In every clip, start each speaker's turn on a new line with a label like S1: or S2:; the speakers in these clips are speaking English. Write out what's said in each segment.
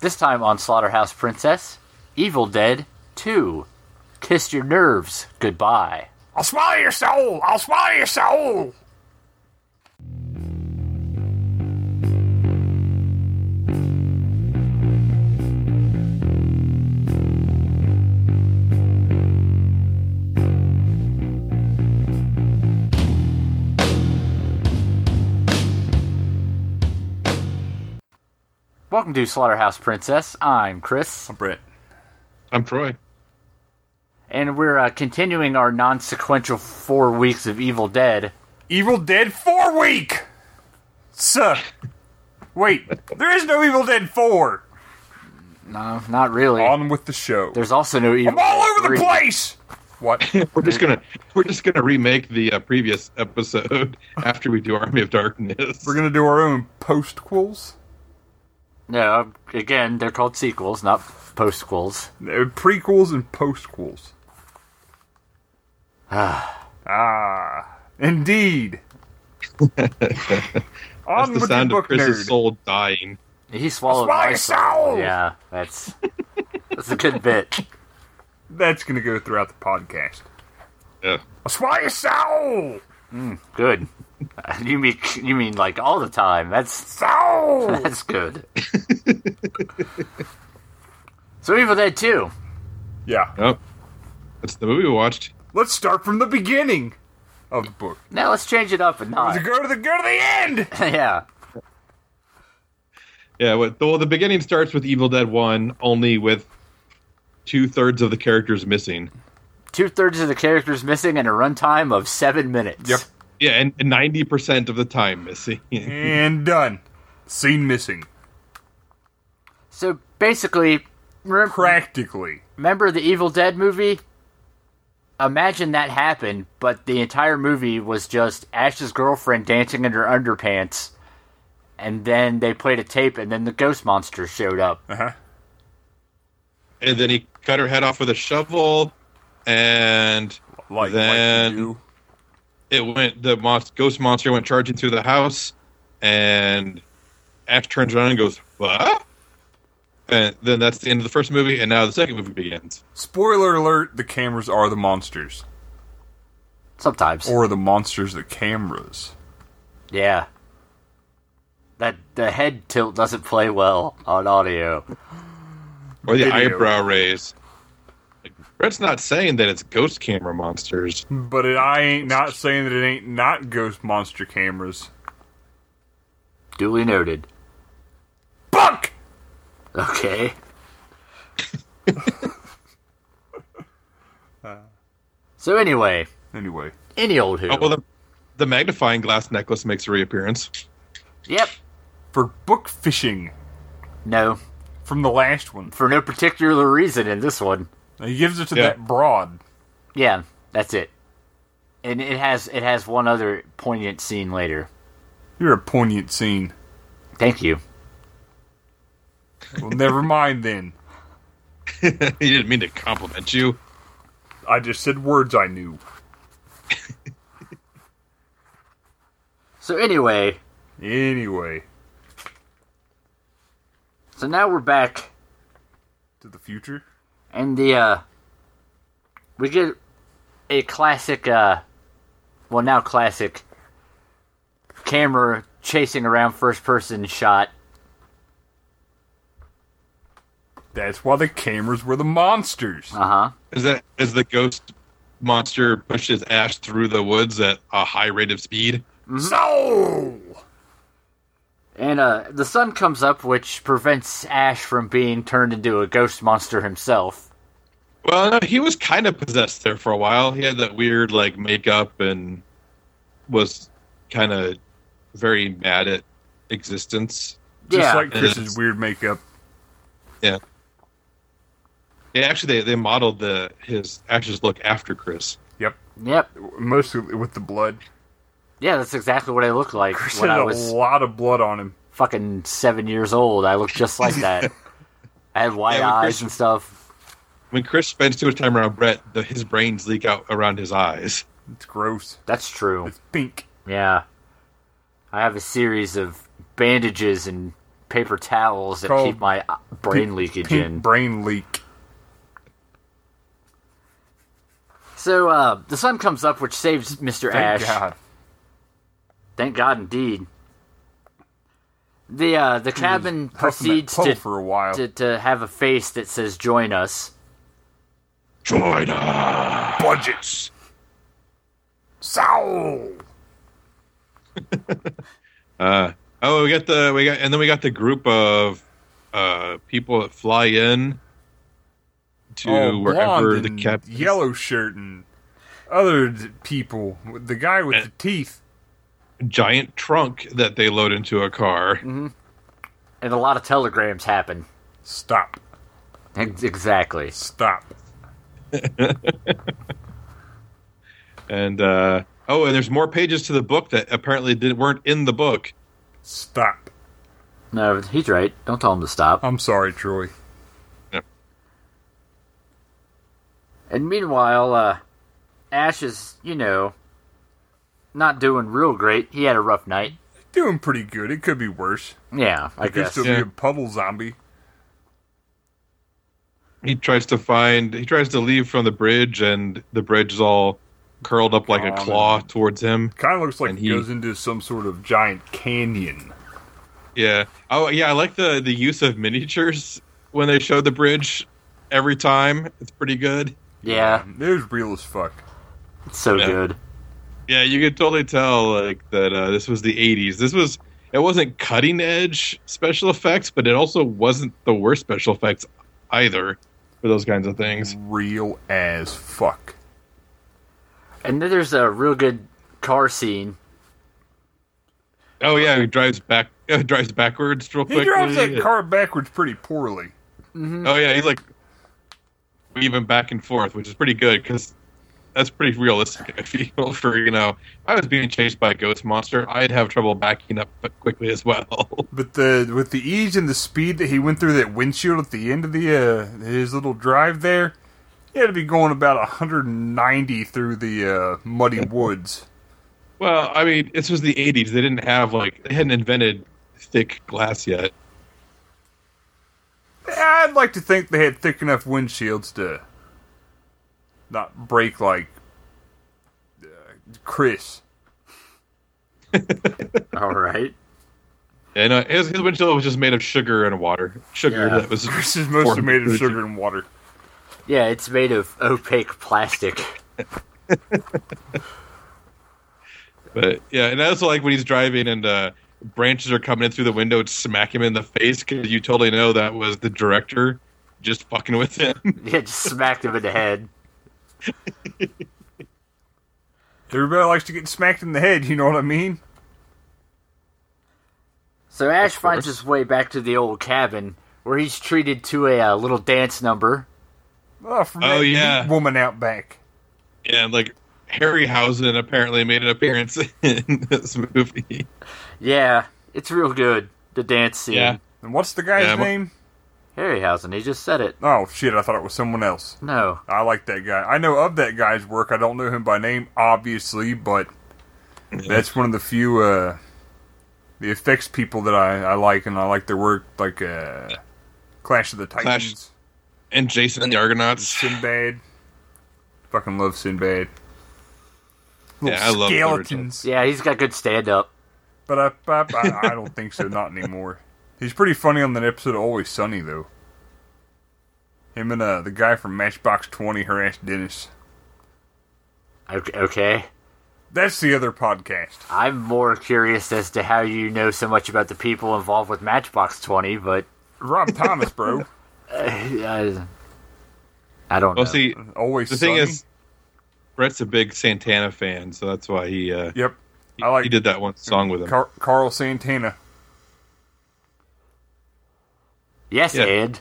S1: This time on Slaughterhouse Princess, Evil Dead 2. Kiss your nerves goodbye.
S2: I'll swallow your soul. I'll swallow your soul.
S1: Welcome to Slaughterhouse Princess. I'm Chris,
S3: Britt.
S4: I'm Troy.
S1: and we're uh, continuing our non sequential four weeks of Evil Dead.
S2: Evil Dead 4 week! Sir. Wait, there is no Evil Dead 4.
S1: No, not really.
S2: On with the show.
S1: There's also no Evil
S2: I'm all
S1: Dead
S2: over
S1: 3.
S2: the place! What?
S4: We're just gonna we're just gonna remake the uh, previous episode after we do Army of Darkness.
S2: We're gonna do our own postquels?
S1: No, again, they're called sequels, not postquels.
S2: No, prequels and postquels. ah. Indeed. On
S4: That's the
S2: with your
S4: sound of
S2: book
S4: Chris's
S2: nerd.
S4: soul dying.
S1: He swallowed
S2: Swallow
S1: my
S2: your
S1: soul.
S2: soul!
S1: Yeah, that's that's a good bit.
S2: That's gonna go throughout the podcast.
S4: Yeah.
S2: I'll swallow your soul!
S1: Good. You mean you mean like all the time? That's
S2: Soul!
S1: that's good. so Evil Dead Two.
S2: yeah.
S4: Oh, that's the movie we watched.
S2: Let's start from the beginning of the book.
S1: Now let's change it up and not.
S2: Go to the go to the end!
S1: yeah.
S4: Yeah. Well, the, well, the beginning starts with Evil Dead One, only with two thirds of the characters missing.
S1: Two thirds of the characters missing and a runtime of seven minutes.
S2: Yep.
S4: Yeah, and ninety percent of the time missing. yeah.
S2: And done. Scene missing.
S1: So basically, rem-
S2: Practically.
S1: remember the Evil Dead movie? Imagine that happened, but the entire movie was just Ash's girlfriend dancing in her underpants, and then they played a tape, and then the ghost monster showed up.
S2: Uh-huh.
S4: And then he cut her head off with a shovel, and
S2: Like,
S4: Then-
S2: like you do.
S4: it went the mon- ghost monster went charging through the house and ash turns around and goes what and then that's the end of the first movie and now the second movie begins
S2: Spoiler alert, the cameras are the monsters.
S1: Sometimes.
S2: Or the monsters the cameras.
S1: yeah. That the head tilt doesn't play well on audio.
S4: or the
S2: Video.
S4: eyebrow raise like, Brett's not saying that it's ghost camera monsters.
S2: But it, I ain't not saying that it ain't not ghost monster cameras.
S1: Duly noted.
S2: Buck!
S1: Okay. so anyway,
S2: Anyway.
S1: any old who.
S4: Oh, well, the, the magnifying glass necklace makes a reappearance.
S1: yep.
S2: For book fishing
S1: No,
S2: from the last one.
S1: for no particular reason in this one.
S2: He gives it to
S4: Yeah.
S2: that broad.
S1: Yeah, that's it. And it has it has one other poignant scene later.
S2: You're a poignant scene.
S1: Thank you.
S2: Well, never mind then.
S4: he didn't mean to compliment you.
S2: I just said words I knew.
S1: So anyway,
S2: Anyway,
S1: so now we're back
S2: to the future.
S1: and the uh we get a classic uh well now classic camera chasing around first person shot
S2: That's why the cameras were the monsters.
S1: uh-huh
S4: Is that is the ghost monster pushes Ash through the woods at a high rate of speed?
S1: Mm-hmm.
S2: So,
S1: and uh the sun comes up which prevents ash from being turned into a ghost monster himself
S4: Well, no, he was kind of possessed there for a while. He had that weird like makeup and was kind of very mad at existence.
S2: just
S1: yeah
S2: like Chris's
S4: Yes.
S2: weird makeup.
S4: Yeah. Yeah, actually, they, they modeled the his Ash's look after Chris.
S2: Yep,
S1: yep
S2: mostly with the blood.
S1: yeah that's exactly what i looked like
S2: Chris
S1: when
S2: had
S1: i
S2: a
S1: was
S2: lot of blood on him.
S1: fucking seven years old i looked just like that i had wide
S4: Yeah, when
S1: eyes
S4: Chris-
S1: and stuff
S4: When Chris spends too much time around Brett, the, his brains leak out around his eyes.
S2: It's gross.
S1: that's true
S2: It's pink.
S1: Yeah. I have a series of bandages and paper towels that
S2: Called
S1: keep my uh, brain leakage in.
S2: Brain leak.
S1: So uh, the sun comes up, which saves Mr.
S2: Thank
S1: Ash.
S2: God.
S1: Thank God, indeed. The uh, the cabin
S2: Huffing that
S1: proceeds
S2: pole
S1: to,
S2: for a while.
S1: to to have a face that says "Join us."
S4: Join us.
S2: Budgets. So
S4: Uh, oh, we got the we got, and then we got the group of uh, people that fly in to
S2: Oh,
S4: wherever
S2: blonde
S4: the
S2: and
S4: cap.
S2: yellow shirt and other d- people. The guy with the teeth.
S4: giant trunk that they load into a car.
S1: And a lot of telegrams happen.
S2: Stop.
S1: Ex- Exactly.
S2: Stop.
S4: And uh, oh, and there's more pages to the book that apparently did, weren't in the book.
S2: Stop.
S1: No, he's right. Don't tell him to stop.
S2: I'm sorry, Troy.
S1: And meanwhile, uh, Ash is, you know, not doing real great. He had a rough night.
S2: Doing pretty good. It could be worse.
S1: Yeah, I
S2: Could
S1: guess.
S2: still
S4: Yeah.
S2: be a puddle zombie.
S4: He tries to find. He tries to leave from the bridge, and the bridge is all curled up like a
S2: Oh,
S4: claw towards him.
S2: Kind of looks like
S4: And
S2: it
S4: he-
S2: goes into some sort of giant canyon.
S4: Yeah. Oh, yeah. I like the the use of miniatures when they show the bridge every time. It's pretty good.
S1: Yeah,
S2: Um, It was real as fuck.
S1: it's so
S4: Yeah.
S1: good.
S4: Yeah, you could totally tell like that. Uh, this was the '80s. This was. It wasn't cutting edge special effects, but it also wasn't the worst special effects either for those kinds of things.
S2: Real as fuck.
S1: And then there's a real good car scene.
S4: Oh yeah, he drives back. Uh, drives backwards real
S2: He
S4: quickly.
S2: drives that car backwards pretty poorly.
S4: Oh yeah, he's like weaving back and forth, which is pretty good because that's pretty realistic. I feel for you know, if I was being chased by a ghost monster, I'd have trouble backing up quickly as well.
S2: But the with the ease and the speed that he went through that windshield at the end of the uh, his little drive there, he had to be going about 190 through the uh, muddy woods.
S4: well, I mean, this was the '80s. They didn't have like they hadn't invented thick glass yet.
S2: I'd like to think they had thick enough windshields to not break like uh, Chris.
S1: All right.
S4: And uh, his, his windshield was just made of sugar and water. Sugar
S1: Yeah.
S4: that was
S2: Chris is mostly
S4: formed
S2: made of
S4: through-
S2: sugar and water.
S1: Yeah, it's made of opaque plastic.
S4: But yeah, and I also like when he's driving and uh, branches are coming in through the window to smack him in the face because you totally know that was the director just fucking with him.
S1: Yeah, just smacked him in the head.
S2: Everybody likes to get smacked in the head. You know what I mean?
S1: So Ash
S4: Of
S1: finds
S4: course.
S1: his way back to the old cabin where he's treated to a uh, little dance number.
S2: Oh, from
S4: Oh,
S2: that
S4: yeah.
S2: neat woman out back.
S4: and like Harryhausen apparently made an appearance in this movie.
S1: Yeah, it's real good. The dance scene.
S4: Yeah.
S2: And what's the guy's
S4: Yeah, but-
S2: name?
S1: Harryhausen, he just said it.
S2: Oh shit! I thought it was someone else.
S1: No.
S2: I like that guy. I know of that guy's work. I don't know him by name, obviously, but that's one of the few uh, the effects people that I, I like, and I like their work, like uh, Clash of the
S4: Clash-
S2: Titans,
S4: And Jason and the Argonauts.
S2: Sinbad. Fucking love Sinbad. Little
S4: Yeah, I love
S2: skeletons.
S1: Yeah, he's got good stand up.
S2: But I, I, I, I don't think so. Not anymore. He's pretty funny on that episode of Always Sunny, though. Him and uh, the guy from Matchbox Twenty harassed Dennis.
S1: Okay.
S2: That's the other podcast.
S1: I'm more curious as to how you know so much about the people involved with Matchbox 20, but
S2: Rob Thomas, bro.
S1: I, I don't
S4: Well,
S1: know.
S4: see,
S2: Always
S4: the thing
S2: Sunny.
S4: is, Brett's a big Santana fan, so that's why he uh,
S2: yep. I like
S4: he did that one song with him.
S2: Car- Carl Santana.
S1: yes,
S4: yeah.
S1: Ed.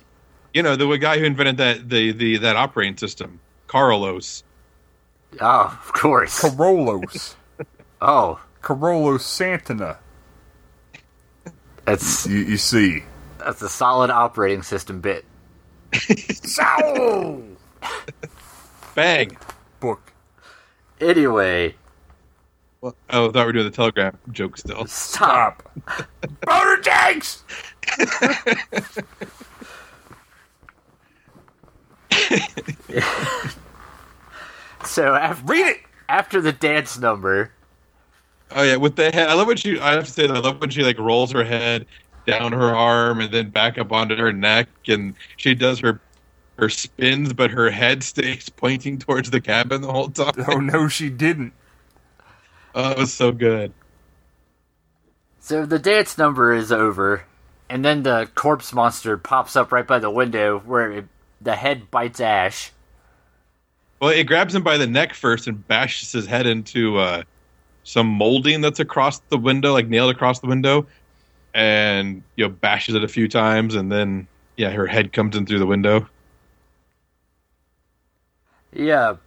S4: you know, the guy who invented that the, the that operating system, Carlos.
S1: Oh, of course.
S2: Carolos.
S1: Oh,
S2: Carolos Santana.
S1: that's
S2: You, you see.
S1: that's a solid operating system bit.
S2: Soul!
S4: Bang.
S2: Book.
S1: Anyway,
S4: Oh, I thought we were doing the telegram joke still.
S1: stop.
S2: Stop. Boner Jags!
S1: So after,
S2: Read it.
S1: after the dance number,
S4: Oh yeah, with the head. I love when she. I have to say that I love when she like rolls her head down her arm and then back up onto her neck, and she does her her spins, but her head stays pointing towards the cabin the whole time.
S2: Oh no, she didn't.
S4: Oh, it was so good.
S1: so the dance number is over, and then the corpse monster pops up right by the window where it, the head bites Ash.
S4: Well, it grabs him by the neck first and bashes his head into uh, some molding that's across the window, like nailed across the window, and you know bashes it a few times, and then yeah, her head comes in through the window.
S1: Yeah.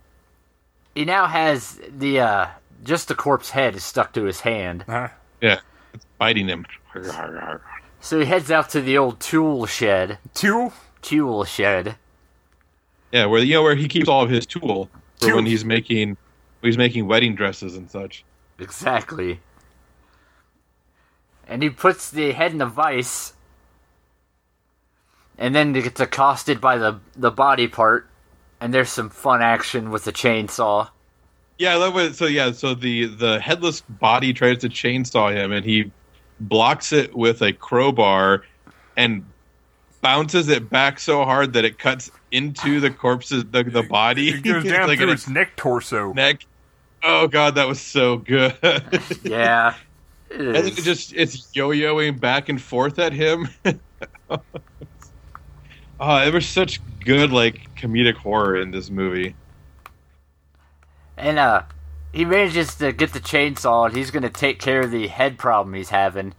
S1: He now has the uh just the corpse head is stuck to his hand.
S2: Huh?
S4: Yeah, it's biting him.
S1: So he heads out to the old tool shed.
S2: Two.
S1: Tool shed.
S4: Yeah, where you know where he keeps all of his tool for
S2: Tool.
S4: when he's making when he's making wedding dresses and such.
S1: Exactly. And he puts the head in the vice. And then he gets accosted by the the body part. And there's some fun action with the chainsaw.
S4: Yeah, I love what. So yeah, so the the headless body tries to chainsaw him, and he blocks it with a crowbar and bounces it back so hard that it cuts into the corpse's the, the body.
S2: It goes down
S4: like
S2: through
S4: in
S2: its
S4: its
S2: neck torso.
S4: neck. Oh god, that was so good. and
S1: Yeah. It
S4: then
S1: is.
S4: it just it's yo-yoing back and forth at him. oh, it was such good like comedic horror in this movie.
S1: And uh, he manages to get the chainsaw, and he's gonna take care of the head problem he's having.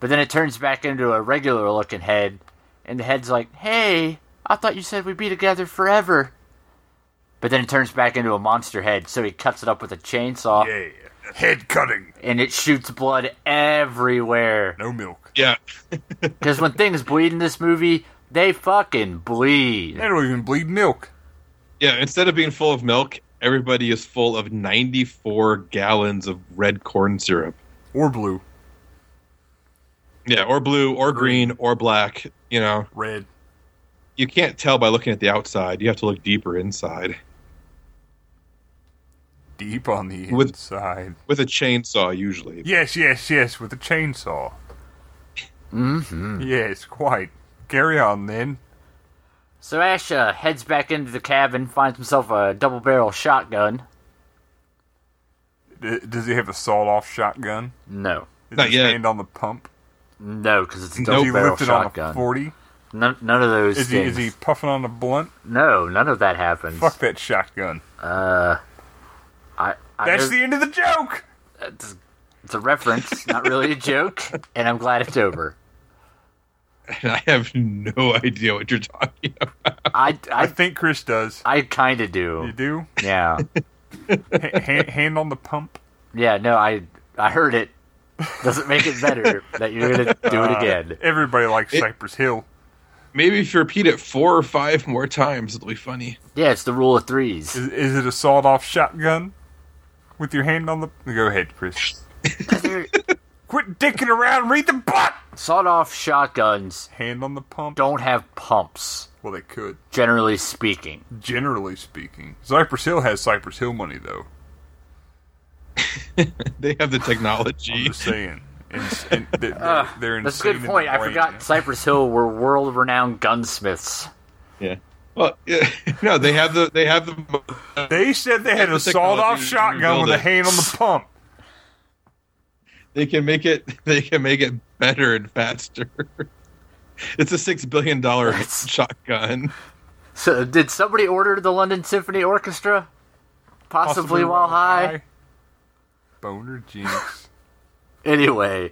S1: But then it turns back into a regular looking head, and the head's like, "Hey, I thought you said we'd be together forever." But then it turns back into a monster head, so he cuts it up with a chainsaw,
S2: Yeah. Head cutting.
S1: and it shoots blood everywhere.
S2: No milk.
S4: Yeah.
S1: Because when things bleed in this movie, they fucking bleed.
S2: They don't even bleed milk.
S4: Yeah, instead of being full of milk, everybody is full of 94 gallons of red corn syrup.
S2: Or blue.
S4: Yeah, or blue, or green, or black. You know,
S2: Red.
S4: you can't tell by looking at the outside. You have to look deeper inside.
S2: Deep on the
S4: With-
S2: inside.
S4: With a chainsaw, usually.
S2: Yes, yes, yes, with a chainsaw.
S1: Mm-hmm.
S2: Yes, quite. Carry on then.
S1: So Ash uh, heads back into the cabin, finds himself a double barrel shotgun.
S2: D- does he have a sawed off shotgun?
S1: No.
S2: Is
S4: Not
S2: his
S4: yet.
S2: hand on the pump?
S1: No, because it's a
S2: Does
S1: double
S2: he
S1: barrel
S2: lift it on a
S1: shotgun.
S2: forty?
S1: None, none of those
S2: Is he
S1: things.
S2: is he puffing on a blunt?
S1: No, none of that happens.
S2: Fuck that shotgun.
S1: I, I
S2: That's
S1: know-
S2: the end of the joke.
S1: it's, it's a reference, not really a joke, and I'm glad it's over.
S4: And I have no idea what you're talking about.
S1: I,
S2: I
S1: I,
S2: think Chris does.
S1: I kind of do.
S2: You do?
S1: Yeah,
S2: Ha- hand, hand on the pump.
S1: yeah. No, I, I heard it. Doesn't make it better that you're gonna do it again.
S2: Everybody likes
S4: It-
S2: Cypress Hill.
S4: Maybe if you repeat it four or five more times, it'll be funny.
S1: Yeah, it's the rule of threes.
S2: Is, is it a sawed off shotgun? With your hand on the. Go ahead, Chris. Quit dicking around. Read the book.
S1: Sawed-off shotguns
S2: Hand on the pump.
S1: don't have pumps,
S2: Well, they could.
S1: generally speaking.
S2: Generally speaking, Cypress Hill has Cypress Hill money though.
S4: They have the technology.
S2: Just saying. And, and th- they're, they're
S1: Ah, That's a
S2: insane
S1: good
S2: in the
S1: point. I
S2: brain.
S1: forgot Cypress Hill were world-renowned gunsmiths.
S4: yeah. Well, yeah, no, they have the they have the
S2: They said they had
S4: The
S2: a sawed-off
S4: technology to
S2: shotgun
S4: rebuild
S2: with a
S4: it.
S2: hand on the pump.
S4: they can make it they can make it better and faster it's a six billion dollar
S1: That's-
S4: shotgun
S1: So, did somebody order the London Symphony Orchestra? Possibly, while high.
S2: Boner jinx.
S1: Anyway,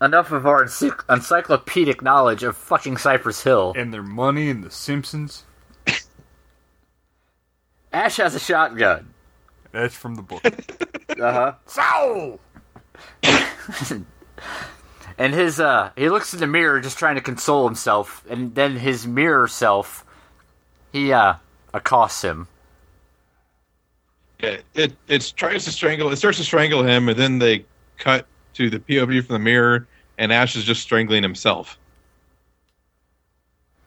S1: enough of our encyc- encyclopedic knowledge of fucking Cypress Hill.
S2: and their money and the Simpsons.
S1: Ash has a shotgun.
S2: That's from the book.
S1: Uh
S2: Soul.
S1: huh. and his uh, he looks in the mirror just trying to console himself, and then his mirror self, he uh, accosts him.
S4: it, it it tries to strangle it starts to strangle him and then they cut to the pov from the mirror and Ash is just strangling himself.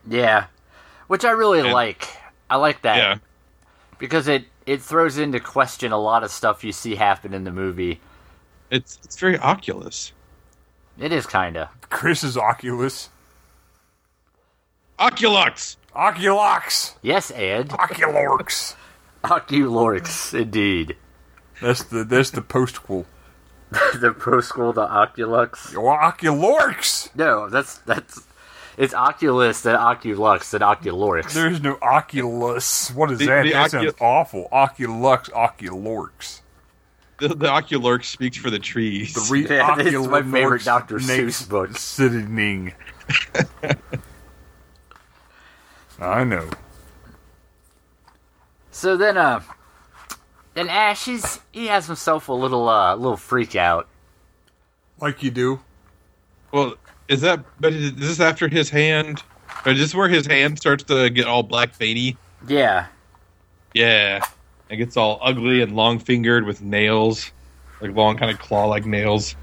S1: Yeah, which I really
S4: And-
S1: like. I like that
S4: Yeah,
S1: because it it throws into question a lot of stuff you see happen in the movie.
S4: it's it's very Oculus.
S1: It is kind of
S2: Chris's Oculus.
S4: Oculux.
S2: Oculox.
S1: yes, Ed
S2: Oculorx.
S1: Oculorix indeed.
S2: That's the that's the postquel.
S1: the pro school to Oculux.
S2: Yo, Oculorx.
S1: No, that's that's it's Oculus then Oculux then Oculorix.
S2: There's no Oculus. What is
S4: The-
S2: that?
S4: the
S2: that
S4: Ocu-
S2: sounds awful. Oculux. Oculorx.
S4: The, the Oculurx speaks for the trees.
S2: The re-
S1: Yeah, this is my
S2: Oculorx
S1: favorite Dr.
S2: makes
S1: Seuss book.
S2: Sitting. I know.
S1: So then, uh, then Ash he's, he has himself a little uh little freak out.
S2: Like you do.
S4: well, is that? But is this after his hand? Or is this where his hand starts to get all black veiny?
S1: Yeah,
S4: Yeah, it gets all ugly and long fingered with nails, like long kind of claw like nails.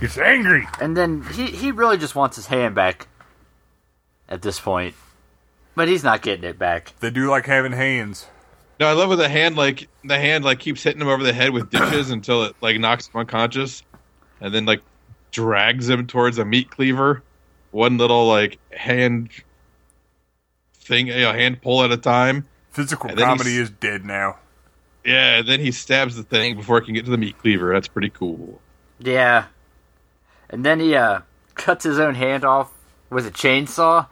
S2: Gets angry.
S1: and then he he really just wants his hand back. At this point, but he's not getting it back.
S2: They do like having hands.
S4: No, I love when the hand like the hand like keeps hitting him over the head with dishes until it like knocks him unconscious, and then like drags him towards a meat cleaver, one little like hand thing, you know, hand pull at a time.
S2: Physical
S4: And then he's-
S2: comedy is dead now.
S4: Yeah, and then he stabs the thing before it can get to the meat cleaver. That's pretty cool.
S1: Yeah, and then he uh cuts his own hand off with a chainsaw,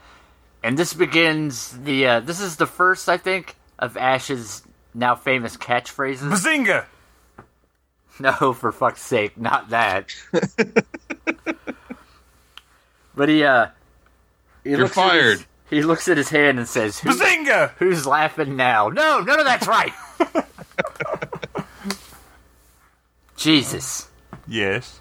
S1: and this begins the uh, this is the first I think of Ash's now famous catchphrases.
S2: Bazinga!
S1: No, for fuck's sake, not that. but he, uh, he
S4: You're
S1: looks at
S4: fired.
S1: his- he looks at his hand and says, "Who-
S2: Bazinga!
S1: "Who's laughing now?" No, no, no, that's right. Jesus,
S2: Yes.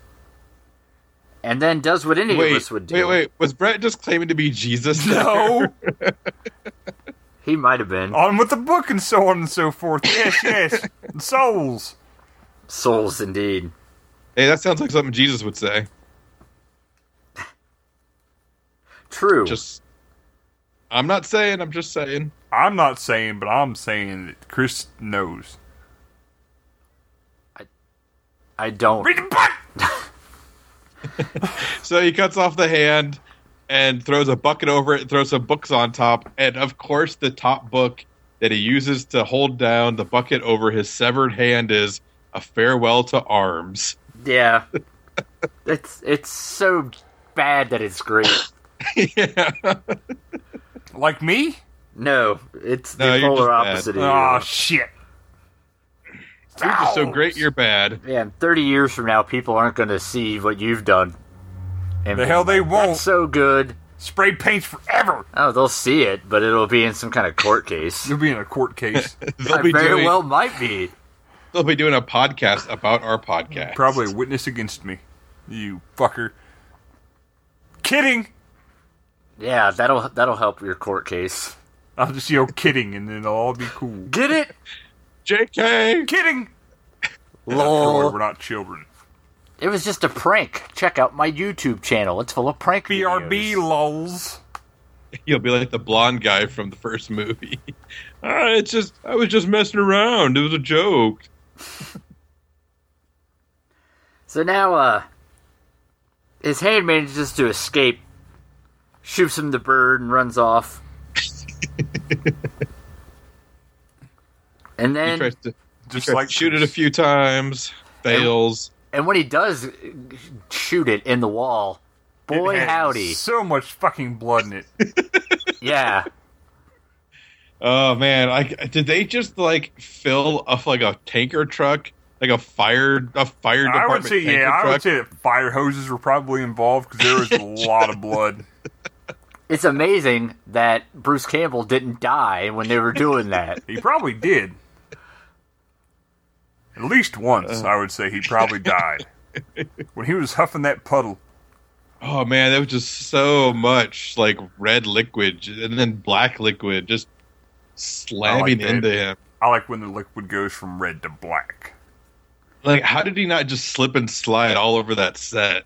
S1: and then does what any of
S4: Wait,
S1: us would do.
S4: wait, wait. Was Brett just claiming to be Jesus?
S2: No.
S1: He might have been
S4: Oh.
S2: on with the book and so on and so forth. Yes, yes. Souls.
S1: souls indeed.
S4: Hey, that sounds like something Jesus would say.
S1: True.
S4: Just, I'm not saying. I'm just saying.
S2: I'm not saying, but I'm saying that Chris knows.
S1: I don't.
S2: Read the book.
S4: So he cuts off the hand and throws a bucket over it and throws some books on top. And of course, the top book that he uses to hold down the bucket over his severed hand is A Farewell to Arms.
S1: Yeah, it's it's so bad that it's great.
S4: yeah.
S2: Like me?
S1: No, it's
S4: No,
S1: the
S4: you're
S1: polar
S4: just bad.
S1: opposite.
S4: Ah,
S1: of
S2: Oh
S1: you.
S2: shit.
S4: You're just so great, you're bad.
S1: Man, 30 years from now, people aren't going to see what you've done. And
S2: The hell they
S1: that's
S2: won't.
S1: so good.
S2: Spray paints forever.
S1: Oh, they'll see it, but it'll be in some kind of court case.
S2: You'll be in a court case.
S4: They'll
S1: I
S4: be,
S1: very
S4: doing,
S1: well might be.
S4: they'll be doing a podcast about our podcast.
S2: Probably a witness against me. You fucker. Kidding.
S1: Yeah, that'll that'll help your court case.
S2: I'll just yell kidding and then it'll all be cool.
S1: Get it?
S4: JK!
S2: Kidding. Troy,
S1: Lol.
S2: We're not children.
S1: It was just a prank. Check out my YouTube channel. It's full of prank
S2: BRB
S1: videos.
S2: lols.
S4: You'll be like the blonde guy from the first movie. Ah, it's just, I was just messing around. It was a joke.
S1: So now, uh, his hand manages to escape, shoots him the bird, and runs off. and
S4: He
S1: then
S4: tries to,
S2: Just
S4: tries to
S2: like
S4: shoot it a
S2: Chris.
S4: few times, fails.
S1: And when he does shoot it in the wall, boy
S2: It had
S1: howdy.
S2: So much fucking blood in it.
S1: Yeah.
S4: Oh man, I did they just like fill up like a tanker truck, like a fire a fire
S2: I
S4: department
S2: would say,
S4: tanker
S2: yeah, I would
S4: truck?
S2: say that fire hoses were probably involved because there was a lot of blood.
S1: It's amazing that Bruce Campbell didn't die when they were doing that.
S2: He probably did. At least once, I would say he probably died. when he was huffing that puddle,
S4: oh man, that was just so much like red liquid and then black liquid just slamming
S2: that.
S4: into him.
S2: I like when the liquid goes from red to black.
S4: Like, how did he not just slip and slide all over that set?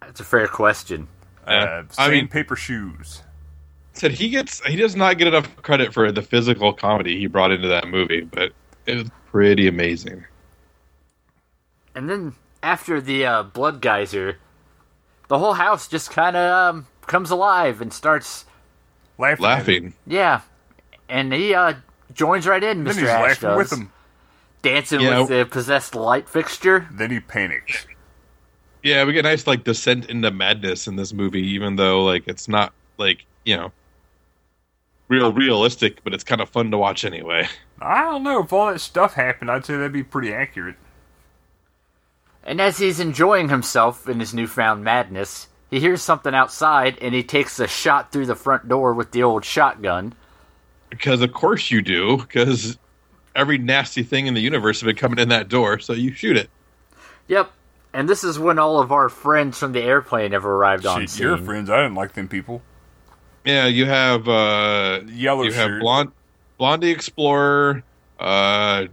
S1: That's a fair question.
S4: Yeah.
S2: Uh,
S4: I mean-
S2: sandpaper shoes.
S4: Said he gets he does not get enough credit for the physical comedy he brought into that movie, but it was pretty amazing.
S1: And then after the uh, blood geyser, the whole house just kind of um, comes alive and starts,
S2: Laughing. at him.
S4: Laughing.
S1: yeah. And he uh, joins right in,
S2: Then
S1: Mr.
S2: he's
S1: Ash
S2: laughing
S1: does,
S2: with him.
S1: dancing
S4: Yeah.
S1: with the possessed light fixture.
S2: Then he panics.
S4: Yeah, we get a nice like descent into madness in this movie, even though like it's not like you know real realistic, but it's kind of fun to watch anyway.
S2: I don't know if all that stuff happened. I'd say that'd be pretty accurate.
S1: And as he's enjoying himself in his newfound madness, he hears something outside and he takes a shot through the front door with the old shotgun.
S4: Because of course you do, because every nasty thing in the universe has been coming in that door, so you shoot it.
S1: Yep. And this is when all of our friends from the airplane have arrived on
S2: Shit, your
S1: scene.
S2: friends. I didn't like them people.
S4: Yeah, you have uh
S2: Yellow
S4: you
S2: shirt.
S4: have blonde Blondie Explorer, uh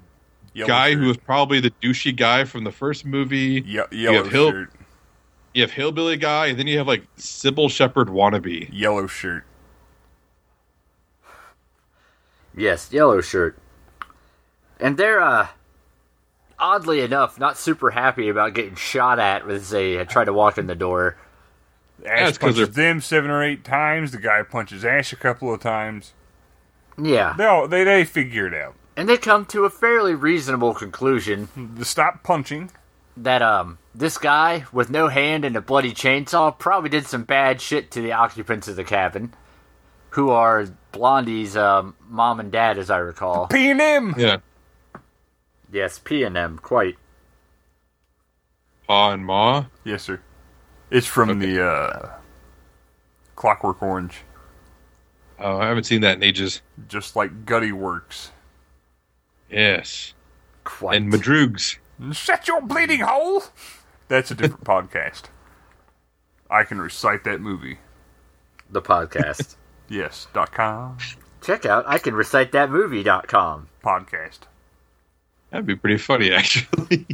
S2: yellow
S4: guy
S2: shirt.
S4: who was probably the douchey guy from the first movie.
S2: Ye- yellow
S4: have Hill-
S2: shirt.
S4: You have Hillbilly Guy, and then you have like Sybil Shepherd wannabe.
S2: Yellow shirt.
S1: Yes, yellow shirt. And they're, uh, oddly enough, not super happy about getting shot at as they try to walk in the door.
S2: Ash
S4: it's 'cause
S2: punches them seven or eight times. The guy punches Ash a couple of times.
S1: Yeah.
S2: They all, they they figure it out.
S1: And they come to a fairly reasonable conclusion
S2: The stop punching.
S1: that, um, this guy with no hand and a bloody chainsaw probably did some bad shit to the occupants of the cabin, who are Blondie's, um, mom and dad, as I recall.
S2: P and M.
S4: Yeah.
S1: Yes, P and M, quite.
S4: Pa and Ma.
S2: Yes, sir. It's from the uh, Clockwork Orange,
S4: Oh, I haven't seen that in ages.
S2: just like Gutty Works.
S4: Yes.
S1: Quite.
S4: And Madrugs.
S2: Shut your bleeding hole. That's a different podcast. I can recite that movie.
S1: the podcast.
S2: Yes. Dot com
S1: Check out I can recite that movie.com.
S2: podcast.
S4: That'd be pretty funny, actually.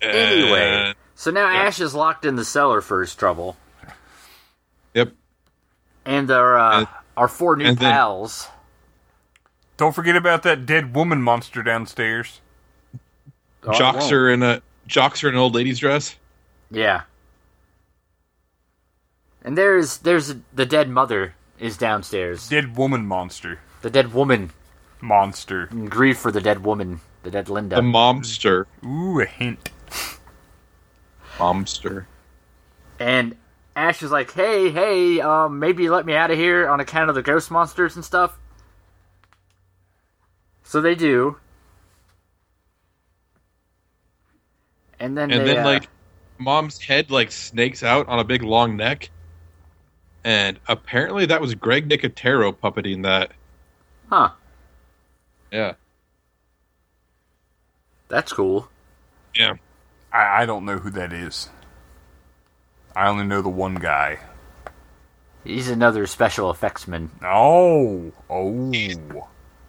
S1: Anyway,
S4: Uh,
S1: so now
S4: yeah.
S1: Ash is locked in the cellar for his trouble,
S4: yep.
S1: and our uh,
S4: And-
S1: our four new
S4: and then-
S1: pals.
S2: Don't forget about that dead woman monster downstairs.
S1: Oh, I
S4: Jocks
S1: won't.
S4: are in a jocks are in an old lady's dress.
S1: Yeah. And there's there's the dead mother is downstairs.
S2: Dead woman monster.
S1: The dead woman.
S2: Monster.
S1: And grief for the dead woman. The dead Linda.
S4: The momster.
S2: Ooh, a hint.
S4: Momster.
S1: and Ash is like, "Hey, hey, um, maybe you let me out of here on account of the ghost monsters and stuff." So they do, and then
S4: and
S1: they, uh,
S4: then like mom's head like snakes out on a big long neck and apparently that was greg nicotero puppeting that
S1: huh,
S4: yeah
S1: that's cool.
S4: yeah
S2: I, I don't know who that is. I only know the one guy.
S1: He's another special effects man.
S2: Oh, oh,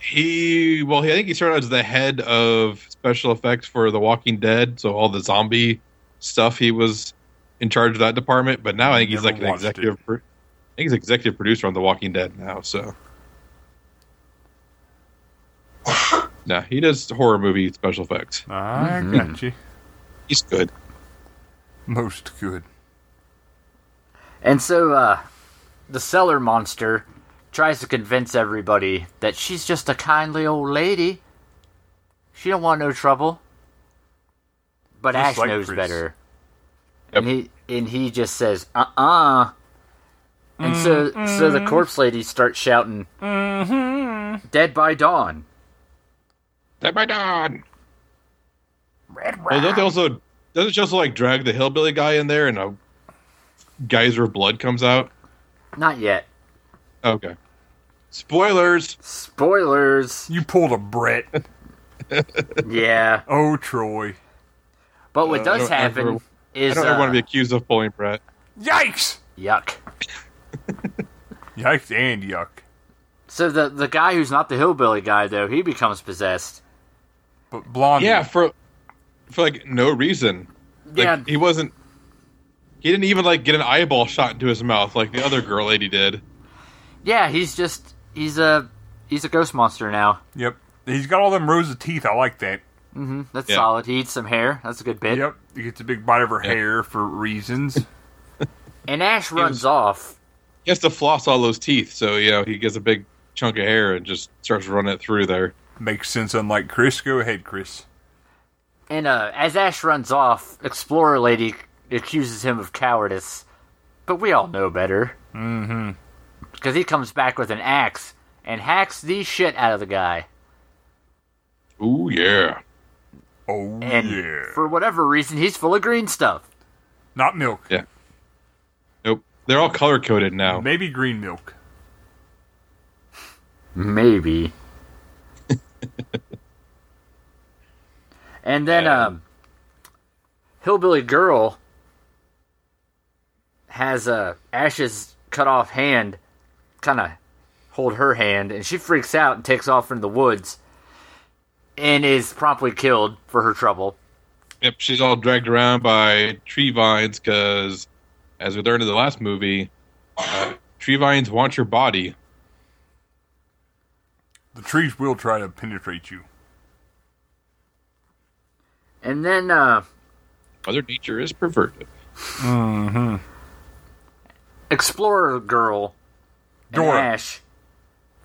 S4: he well he, i think he started out as the head of special effects for the walking dead so all the zombie stuff he was in charge of that department but now i think he's
S2: Never
S4: like an
S2: watched
S4: executive pro- i think he's executive producer on the walking dead now so no he does horror movie special effects
S2: I
S1: Mhm.
S2: got you.
S4: he's good
S2: Most good.
S1: And so uh, the cellar monster tries to convince everybody that she's just a kindly old lady. She don't want no trouble. But
S2: Just
S1: Ash
S2: like
S1: knows
S2: Chris.
S1: better.
S4: Yep.
S1: And he and he just says, "Uh uh And so so
S4: Mm-hmm.
S1: the corpse lady starts shouting, "Dead by dawn."
S4: that by dawn
S2: Red
S4: Well, don't they also doesn't she also like drag the hillbilly guy in there and a geyser of blood comes out?
S1: Not yet.
S4: Okay. Spoilers.
S1: Spoilers.
S2: You pulled a Brett.
S1: yeah.
S2: oh, Troy.
S1: But what
S4: Uh, I
S1: does
S4: don't
S1: happen
S4: ever-
S1: is
S4: I don't ever want to be
S1: uh,
S4: accused of pulling Brett.
S2: Yikes!
S1: yuck.
S2: Yikes and yuck.
S1: So the the guy who's not the hillbilly guy though, he becomes possessed.
S2: But Blondie.
S4: Yeah, for for like no reason. Like,
S1: Yeah.
S4: he wasn't. He didn't even like get an eyeball shot into his mouth like the other girl lady did.
S1: Yeah, he's just he's a he's a ghost monster now.
S2: Yep. He's got all them rows of teeth. I like that.
S1: hmm That's
S4: Yeah.
S1: solid. He eats some hair. That's a good bit.
S2: Yep. He gets a big bite of her
S4: Yeah.
S2: hair for reasons.
S1: And Ash runs
S4: was-
S1: off.
S4: He has to floss all those teeth, so you know he gets a big chunk of hair and just starts running it through there.
S2: Makes sense. Unlike Chris. Go ahead, Chris.
S1: And uh, as Ash runs off, Explorer Lady accuses him of cowardice. But we all know better. Mm-hmm. Because he comes back with an axe and hacks the shit out of the guy.
S4: Ooh yeah,
S2: Oh
S1: And
S2: yeah.
S1: for whatever reason, he's full of green stuff.
S2: Not milk.
S4: yeah. Nope, they're all color coded now.
S2: Maybe green milk.
S1: Maybe. and then,
S4: Yeah.
S1: um, Hillbilly Girl has uh, Ash's cut off hand kind of hold her hand, and she freaks out and takes off into the woods and is promptly killed for her trouble.
S4: Yep, she's all dragged around by tree vines because, as we learned in the last movie, uh, tree vines want your body.
S2: The trees will try to penetrate you.
S1: And then, uh,
S4: Mother nature is perverted.
S1: Explorer Girl and
S2: Dora.
S1: Ash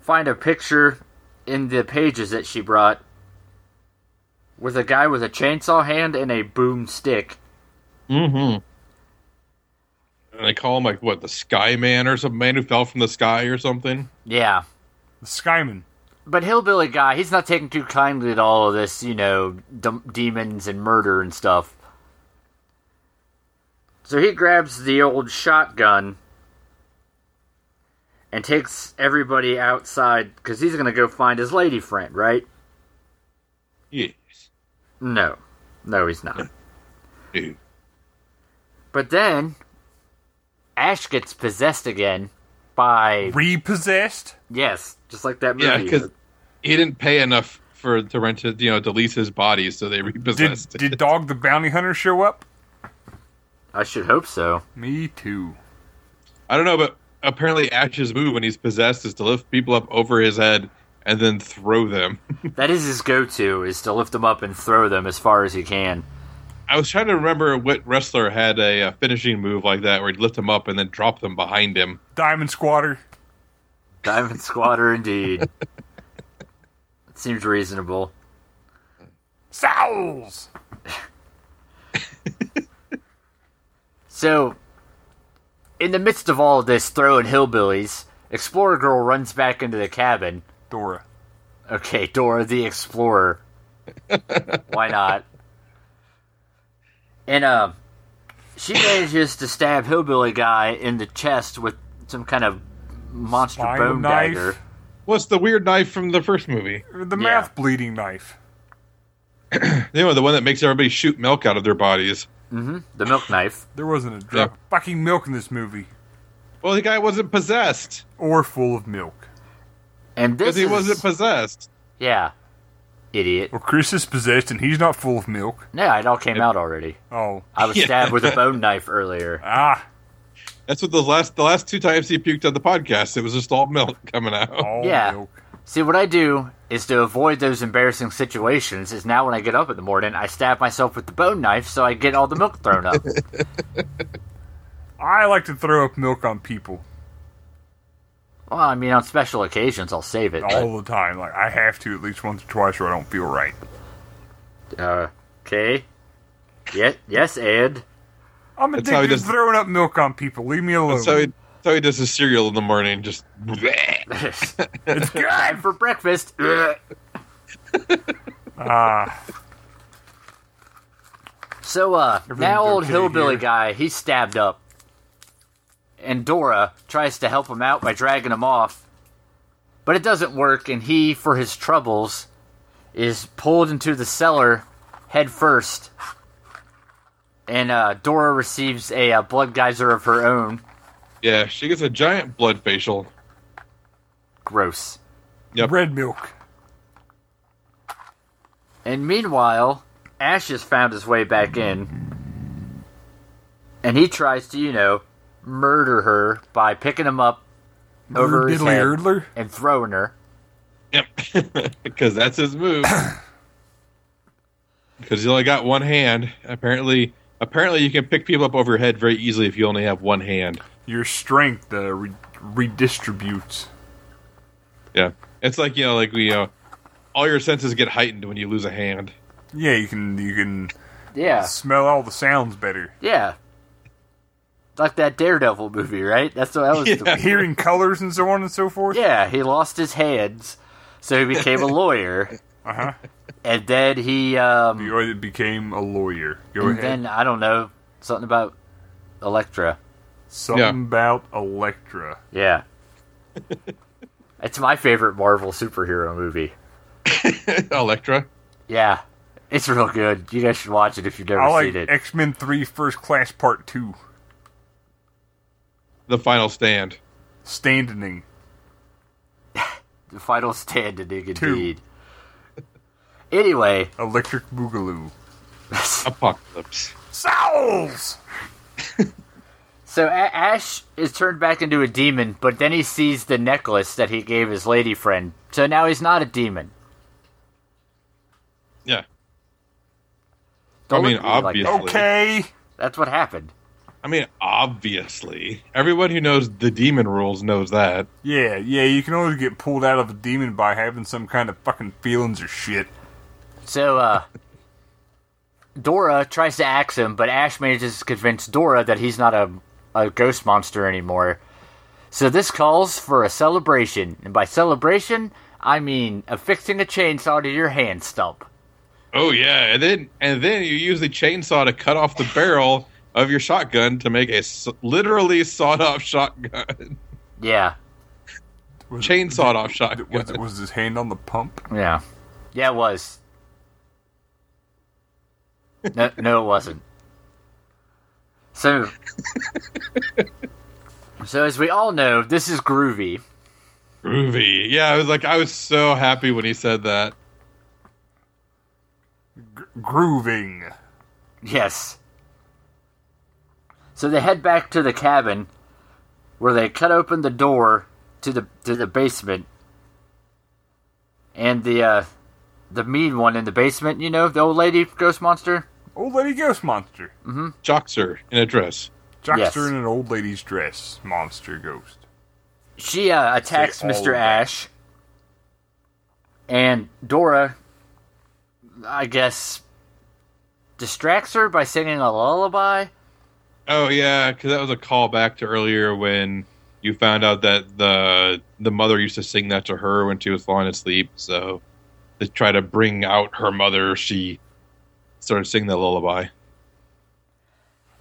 S1: find a picture in the pages that she brought with a guy with a chainsaw hand and a boom stick.
S4: Mm-hmm. And they call him like what the Sky Man or some man who fell from the sky or something.
S1: Yeah.
S2: The Skyman.
S1: But hillbilly guy, he's not taking too kindly to all of this, you know, dem demons and murder and stuff. So he grabs the old shotgun and takes everybody outside because he's going to go find his lady friend, right?
S4: Yes.
S1: No. No, he's not.
S4: Dude.
S1: But then Ash gets possessed again by
S2: Repossessed?
S1: yes, just like that movie.
S4: Yeah, because he didn't pay enough for to rent to you know to lease his body, so they
S2: Did,
S4: repossessed
S2: did
S4: it.
S2: Dog the Bounty Hunter show up?
S1: I should hope so.
S2: Me too.
S4: I don't know, but apparently Ash's move when he's possessed is to lift people up over his head and then throw them.
S1: That is his go-to is to lift them up and throw them as far as he can.
S4: I was trying to remember what wrestler had a, uh finishing move like that where he'd lift them up and then drop them behind him.
S2: Diamond Squatter.
S1: Diamond Squatter indeed. It seems reasonable.
S2: Sowls!
S1: So in the midst of all this throwing hillbillies, Explorer Girl runs back into the cabin.
S2: Dora.
S1: Okay, Dora the Explorer. Why not? And um, she manages to stab hillbilly guy in the chest with some kind of monster
S2: Spinal
S1: bone
S2: knife.
S1: dagger.
S4: What's the weird knife from the first movie?
S2: The
S1: Yeah.
S2: mouth bleeding knife.
S4: You know, the one that makes everybody shoot milk out of their bodies.
S1: The milk knife.
S2: There wasn't a drop of
S4: Yeah.
S2: fucking milk in this movie.
S4: Well, the guy wasn't possessed
S2: Or full of milk.
S1: And this
S4: because he
S1: is,
S4: wasn't possessed.
S1: yeah, idiot.
S2: Well, Chris is possessed and he's not full of milk.
S1: No, it all came out already.
S2: Oh.
S1: I was
S4: Yeah.
S1: stabbed with a bone knife earlier.
S2: Ah.
S4: That's what the last the last two times he puked on the podcast. It was just all milk coming out.
S2: All
S1: Yeah.
S2: milk.
S1: See, what I do is to avoid those embarrassing situations. Is now when I get up in the morning, I stab myself with the bone knife so I get all the milk thrown up.
S2: I like to throw up milk on people
S1: Well, I mean, on special occasions, I'll save it. but-
S2: all the time. Like, I have to at least once or twice or I don't feel right.
S1: Uh, okay. Yeah, yes, Ed.
S2: I'm
S4: That's how he
S2: addicted to
S4: does-
S2: throwing up milk on people. Leave me alone.
S4: So he, so he does his cereal in the morning. Just
S1: it's good for breakfast.
S2: Ah.
S1: so, uh, now
S2: Everyone's
S1: old
S2: okay
S1: hillbilly
S2: here.
S1: guy, he's stabbed up. And Dora tries to help him out by dragging him off. But it doesn't work, and he, for his troubles, is pulled into the cellar head first. And uh, Dora receives a uh, blood geyser of her own.
S4: yeah, she gets a giant blood facial.
S1: Gross.
S4: Yep.
S2: Red milk.
S1: And meanwhile, Ash has found his way back in. And he tries to, you know, murder her by picking him up over his
S2: Diddly
S1: head
S2: Erdler.
S1: and throwing her.
S4: Yep. Because that's his move. Because he only got one hand. Apparently, apparently you can pick people up over your head very easily if you only have one hand.
S2: Your strength uh, re- redistributes.
S4: Yeah, it's like you know, like we, uh, all your senses get heightened when you lose a hand.
S2: Yeah, you can you can
S1: Yeah.
S2: smell all the sounds better.
S1: Yeah. Like that Daredevil movie, right? That's what that was.
S4: Yeah.
S2: Hearing colors and so on and so forth.
S1: yeah, he lost his hands, so he became a lawyer.
S2: Uh huh.
S1: And then he um
S2: You already became a lawyer. Go
S1: and
S2: ahead.
S1: then I don't know, something about Electra.
S2: Something
S4: Yeah.
S2: about Elektra.
S1: Yeah. it's my favorite Marvel superhero movie.
S4: Electra.
S1: Yeah. It's real good. You guys should watch it if you've never
S2: I like
S1: seen it.
S2: X Men Three: First Class Part Two.
S4: The final stand.
S2: Standing.
S1: The final stand indeed. Anyway,
S2: Electric Boogaloo.
S4: Apocalypse.
S2: Souls.
S1: so A- Ash is turned back into a demon, but then he sees the necklace that he gave his lady friend. So now he's not a demon.
S4: Yeah.
S1: Don't
S4: I mean,
S1: look at me like that.
S4: obviously.
S2: Okay.
S1: That's what happened.
S4: I mean, obviously, everyone who knows the demon rules knows that.
S2: Yeah, yeah. You can always get pulled out of a demon by having some kind of fucking feelings or shit.
S1: So, uh, Dora tries to axe him, but Ash manages to convince Dora that he's not a, a ghost monster anymore. So, this calls for a celebration. And by celebration, I mean affixing a chainsaw to your hand stump.
S4: Oh yeah, and then and then you use the chainsaw to cut off the barrel of your shotgun to make a s- literally sawed-off shotgun,
S1: Yeah,
S2: Was it-
S4: chainsawed off
S2: Was,
S4: shotgun.
S2: was his hand on the pump?
S1: yeah. Yeah, it was. No, no it wasn't. So, so as we all know, this is groovy.
S4: Groovy. Yeah, I was like, I was so happy when he said that.
S2: Grooving.
S1: Yes. So they head back to the cabin where they cut open the door to the to the basement. And the uh the mean one in the basement, you know, the old lady ghost monster?
S2: Old lady ghost monster.
S4: Joxer in a dress.
S2: Jockster
S1: Yes.
S2: in an old lady's dress. Monster ghost.
S1: She uh, attacks
S2: Say all of
S1: Mr.
S2: that.
S1: Ash. And Dora I guess distracts her by singing a lullaby.
S4: Oh yeah, because that was a callback to earlier when you found out that the the mother used to sing that to her when she was falling asleep. So to try to bring out her mother, she started singing that lullaby.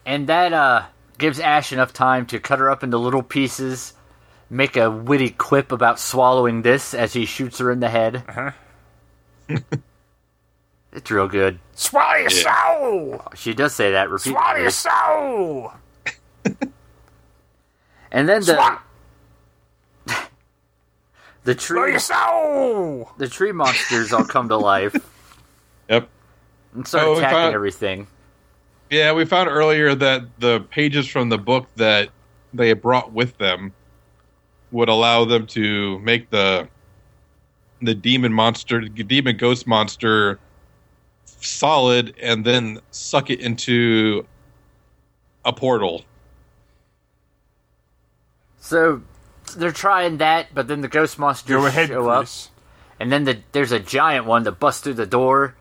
S1: And that uh, gives Ash enough time to cut her up into little pieces, make a witty quip about swallowing this as he shoots her in the head.
S2: Uh-huh.
S1: it's real good.
S2: Swallow your
S4: Yeah.
S2: soul!
S1: She does say that
S2: Swallow
S1: repeatedly.
S2: your soul!
S1: And then the
S2: Swallow
S1: the
S2: your
S1: tree
S2: soul!
S1: the tree monsters all come to life
S4: Yep.
S1: and start
S4: Oh, we
S1: attacking
S4: found-
S1: everything.
S4: Yeah, we found earlier that the pages from the book that they brought with them would allow them to make the the demon monster, demon ghost monster, solid, and then suck it into a portal.
S1: So they're trying that, but then the ghost monsters
S2: Go ahead,
S1: show up,
S2: Chris.
S1: and then the, there's a giant one that busts through the door.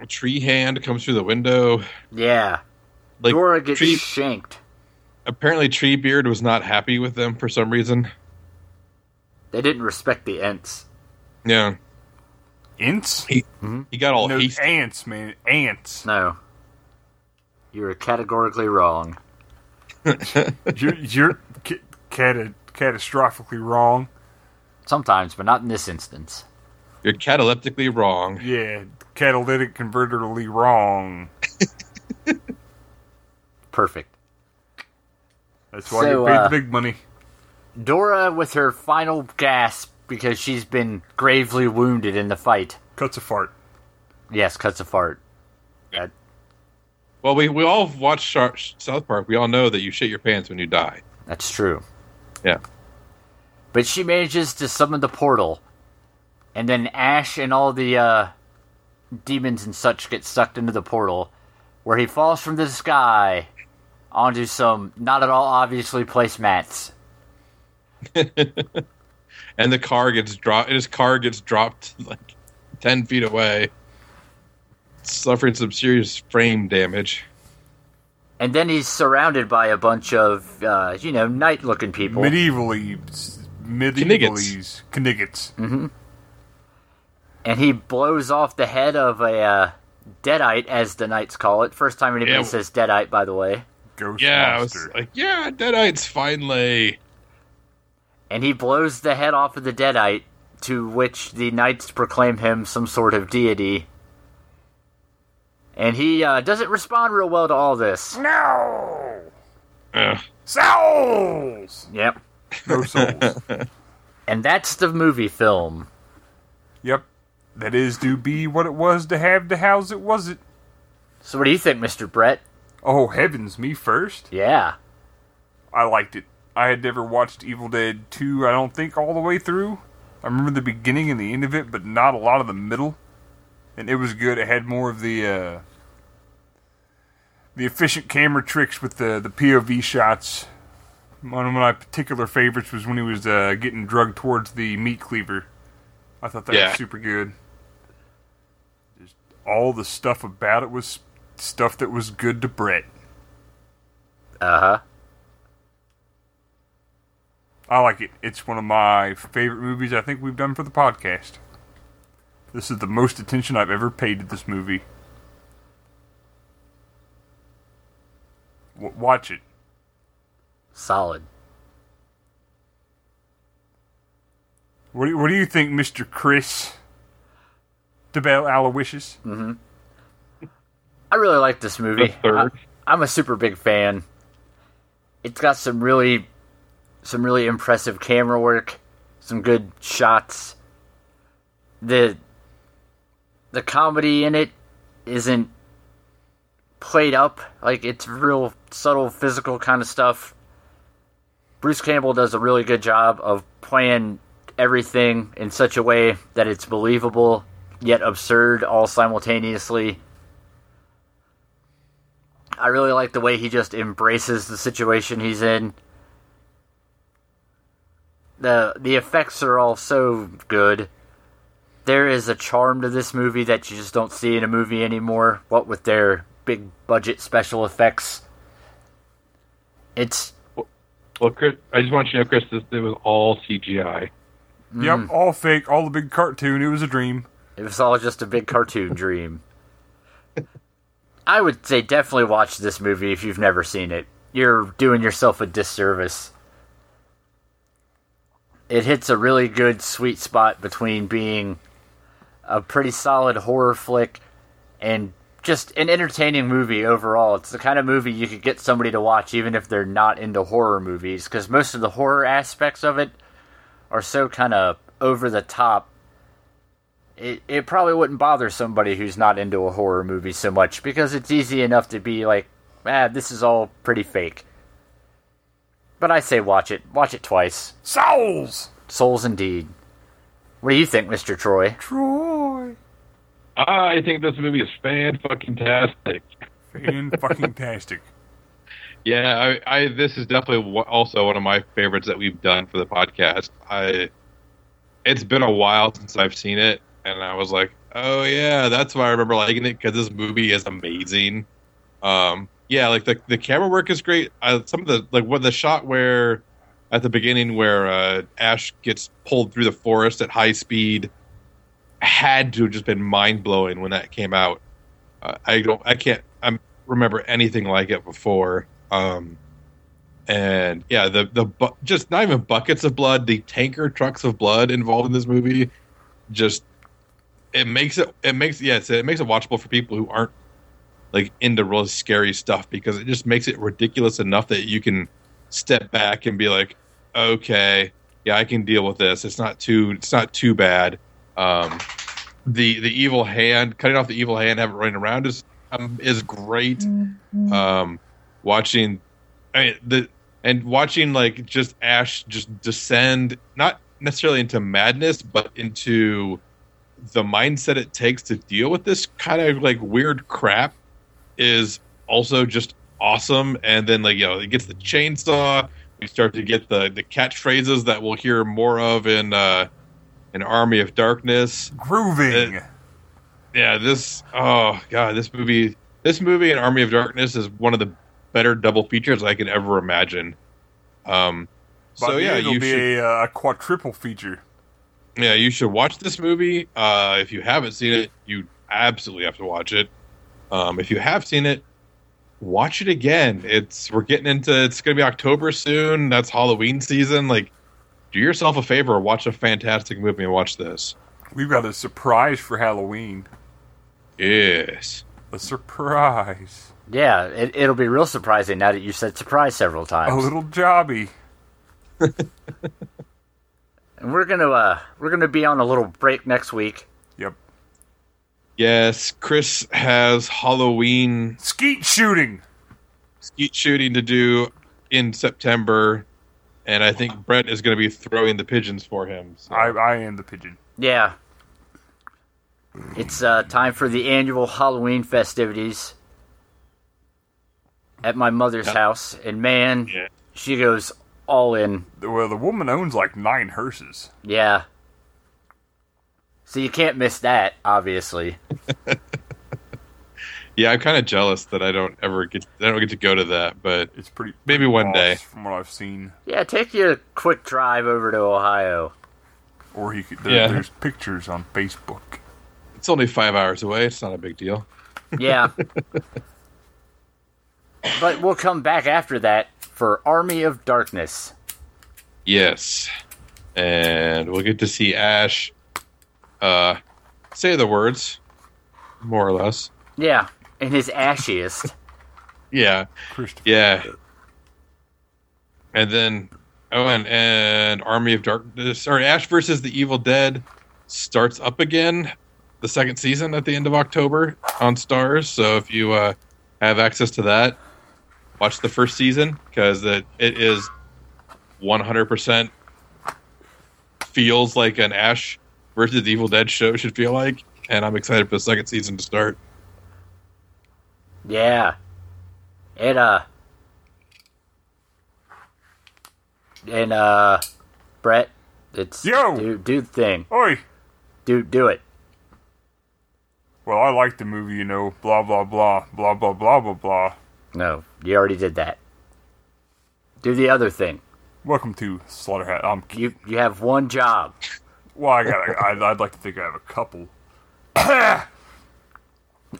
S4: A tree hand comes through the window.
S1: Yeah,
S4: Like
S1: Dora gets
S4: tree,
S1: shanked.
S4: apparently, Treebeard was not happy with them for some reason.
S1: They didn't respect the Ents.
S4: Yeah,
S2: Ants?
S4: he got all
S2: No,
S4: hasty.
S2: ants, man. Ants.
S1: No. You're categorically wrong.
S2: you're you're ca- cata- catastrophically wrong.
S1: Sometimes, but not in this instance.
S4: You're cataleptically wrong.
S2: Yeah, catalytic converterly wrong.
S1: Perfect.
S2: That's why
S1: So,
S2: you paid
S1: uh,
S2: the big money.
S1: Dora, with her final gasp, because she's been gravely wounded in the fight.
S2: Cuts a fart.
S1: Yes, cuts a fart. That,
S4: Well, we, we all watch Shar- South Park. We all know that you shit your pants when you die.
S1: that's true.
S4: Yeah.
S1: But she manages to summon the portal, and then Ash and all the uh, demons and such get sucked into the portal, where he falls from the sky onto some not at all obviously placed mats.
S4: And the car gets dropped. His car gets dropped like ten feet away, suffering some serious frame damage.
S1: And then he's surrounded by a bunch of, uh, you know, knight looking people.
S2: Medieval Eves. Medieval Eves. Kniggets.
S1: Mm. and he blows off the head of a uh, deadite, as the knights call it. First time anybody
S4: Yeah.
S1: says deadite, by the way.
S2: Ghost
S4: Yeah, I was
S2: monster.
S4: like, yeah, Deadites finally.
S1: And he blows the head off of the deadite, to which the knights proclaim him some sort of deity. And he uh, doesn't respond real well to all this.
S2: No!
S4: Ugh.
S2: Souls!
S1: Yep.
S2: No souls.
S1: And that's the movie film.
S2: yep. That is to be what it was to have to house it was it.
S1: So what do you think, Mr. Brett?
S2: Oh, heavens, me first?
S1: Yeah.
S2: I liked it. I had never watched Evil Dead 2, I don't think, all the way through. I remember the beginning and the end of it, but not a lot of the middle. And it was good. It had more of the uh, the efficient camera tricks with the, the POV shots. One of my particular favorites was when he was uh, getting drugged towards the meat cleaver. I thought that
S4: Yeah.
S2: was super good. Just all the stuff about it was stuff that was good to Brett.
S1: Uh-huh.
S2: I like it. It's one of my favorite movies I think we've done for the podcast. This is the most attention I've ever paid to this movie. W- watch it.
S1: Solid.
S2: What do, you, what do you think, Mr. Chris DeBell Aloysius?
S1: I really like this movie.
S4: The third.
S1: I, am a super big fan. It's got some really, some really impressive camera work, some good shots. the The comedy in it isn't played up like it's real subtle physical kind of stuff. Bruce Campbell does a really good job of playing everything in such a way that it's believable yet absurd all simultaneously. I really like the way he just embraces the situation he's in. The the effects are all so good. There is a charm to this movie that you just don't see in a movie anymore, what with their big budget special effects. It's
S4: Well, Chris, I just want you to know, Chris, this, it was all CGI. Mm-hmm.
S2: Yep, all fake, all the big cartoon. It was a dream.
S1: It was all just a big cartoon dream. I would say definitely watch this movie if you've never seen it. You're doing yourself a disservice. It hits a really good sweet spot between being a pretty solid horror flick and just an entertaining movie overall. It's the kind of movie you could get somebody to watch even if they're not into horror movies because most of the horror aspects of it are so kind of over the top it, it probably wouldn't bother somebody who's not into a horror movie so much because it's easy enough to be like, ah, this is all pretty fake. But I say watch it. Watch it twice.
S2: Souls!
S1: Souls indeed. What do you think, Mr. Troy?
S2: Troy!
S4: I think this movie is fan fucking tastic.
S2: Fan fucking tastic.
S4: Yeah, I, I this is definitely wa- also one of my favorites that we've done for the podcast. I it's been a while since I've seen it, and I was like, oh yeah, that's why I remember liking it because this movie is amazing. Um, yeah, like the the camera work is great. Uh, some of the like what the shot where at the beginning where uh, Ash gets pulled through the forest at high speed had to have just been mind blowing when that came out. Uh, I don't, I can't, I remember anything like it before. Um, and yeah, the the bu- just not even buckets of blood, the tanker trucks of blood involved in this movie, just it makes it it makes yes it makes it watchable for people who aren't like into really scary stuff because it just makes it ridiculous enough that you can step back and be like, okay, yeah, I can deal with this. It's not too it's not too bad. Um, the the evil hand cutting off the evil hand, have it running around is um, is great. Um, watching, I mean, the and watching like just Ash just descend, not necessarily into madness, but into the mindset it takes to deal with this kind of like weird crap is also just awesome. And then like you know, it gets the chainsaw. We start to get the the catchphrases that we'll hear more of in uh, an Army of Darkness.
S2: Grooving.
S4: Uh, Yeah, this oh god, this movie, this movie and Army of Darkness is one of the better double features I can ever imagine. Um,
S2: By
S4: so
S2: the
S4: yeah,
S2: end, it'll
S4: you
S2: be
S4: should
S2: a, uh, quadruple feature.
S4: yeah, you should watch this movie. Uh, if you haven't seen it, you absolutely have to watch it. Um, if you have seen it, watch it again. It's we're getting into it's going to be October soon. That's Halloween season. Like, do yourself a favor, watch a fantastic movie and watch this.
S2: We've got a surprise for Halloween.
S4: Yes.
S2: A surprise.
S1: Yeah, it, it'll be real surprising now that you said surprise several times.
S2: A little jobby.
S1: and we're gonna uh, we're gonna be on a little break next week.
S2: Yep.
S4: Yes, Chris has Halloween
S2: Skeet shooting.
S4: skeet shooting to do in September, and I think Brett is going to be throwing the pigeons for him. So.
S2: I, I am the pigeon.
S1: Yeah, it's uh, time for the annual Halloween festivities at my mother's house, and man,
S4: Yeah.
S1: she goes all in.
S2: Well, the woman owns like nine hearses.
S1: Yeah. So you can't miss that, obviously.
S4: Yeah, I'm kind of jealous that I don't ever get I don't get to go to that, but
S2: It's pretty.
S4: Maybe
S2: pretty
S4: one day.
S2: boss from what I've seen.
S1: Yeah, take your quick drive over to Ohio.
S2: Or he could, there,
S4: Yeah.
S2: there's pictures on Facebook.
S4: it's only five hours away. It's not a big deal.
S1: Yeah. but we'll come back after that for Army of Darkness.
S4: Yes, and we'll get to see Ash uh, say the words, more or less.
S1: Yeah, in his ashiest.
S4: Yeah,
S2: Christopher.
S4: yeah. And then, oh, and and Army of Darkness or Ash versus the Evil Dead starts up again, the second season at the end of October on Stars. So if you uh, have access to that, watch the first season because it, it is 100% feels like an Ash versus the Evil Dead show should feel like. And I'm excited for the second season to start.
S1: Yeah. It, uh. And, uh. Brett, it's.
S2: Yo!
S1: Do, do the thing.
S2: Oi.
S1: Do, do it.
S2: Well, I like the movie, you know. Blah blah blah blah blah blah blah blah.
S1: No, you already did that. Do the other thing.
S2: Welcome to Slaughterhouse. I'm. ki-
S1: You you have one job.
S2: Well, I got. I'd, I'd like to think I have a couple.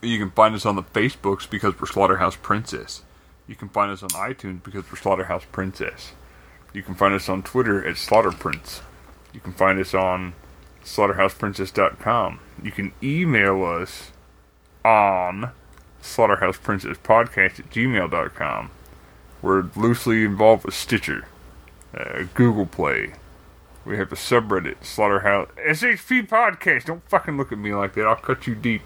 S2: you can find us on the Facebooks because we're Slaughterhouse Princess. You can find us on iTunes because we're Slaughterhouse Princess. You can find us on Twitter at SlaughterPrince. You can find us on SlaughterhousePrincess.com. You can email us on SlaughterhousePrincessPodcast at gmail.com. We're loosely involved with Stitcher, uh, Google Play, we have a subreddit, Slaughterhouse SHP Podcast. Don't fucking look at me like that. I'll cut you deep.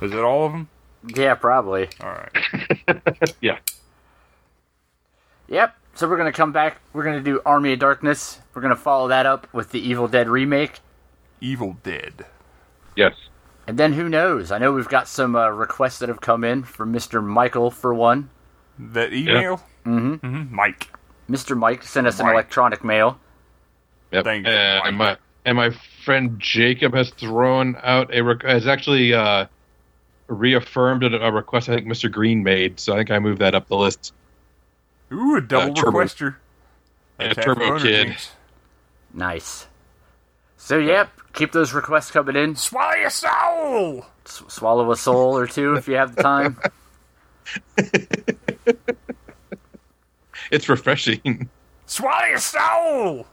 S2: Is that all of them?
S1: Yeah, probably.
S2: All right.
S4: Yeah.
S1: Yep. So we're gonna come back. We're gonna do Army of Darkness. We're gonna follow that up with the Evil Dead remake,
S2: Evil Dead.
S4: Yes.
S1: and then who knows? I know we've got some uh, requests that have come in from Mr. Michael for one.
S2: That email? Mm-hmm. Mike.
S1: Mr. Mike sent us an
S2: Mike.
S1: electronic mail.
S4: Yep. Uh,
S2: Thank you,
S4: and
S2: Mike.
S4: my and my friend Jacob has thrown out a requ- has actually uh, reaffirmed a, a request I think Mr. Green made. So I think I moved that up the list.
S2: Ooh, a double
S4: Uh, Turbo-
S2: requester.
S4: Yeah,
S2: Attack
S4: Turbo
S2: Boner
S4: Kid.
S2: Jinx.
S1: Nice. So yep, keep those requests coming in. S-
S2: Swallow your soul!
S1: swallow a soul or two if you have the time.
S4: It's refreshing.
S2: Swallow your soul!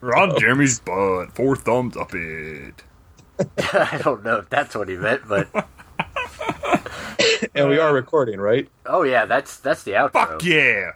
S2: Rod Jeremy's butt. Four thumbs up it.
S1: I don't know if that's what he meant, but
S4: And we are recording, right?
S1: oh yeah, that's that's the outro.
S2: Fuck yeah.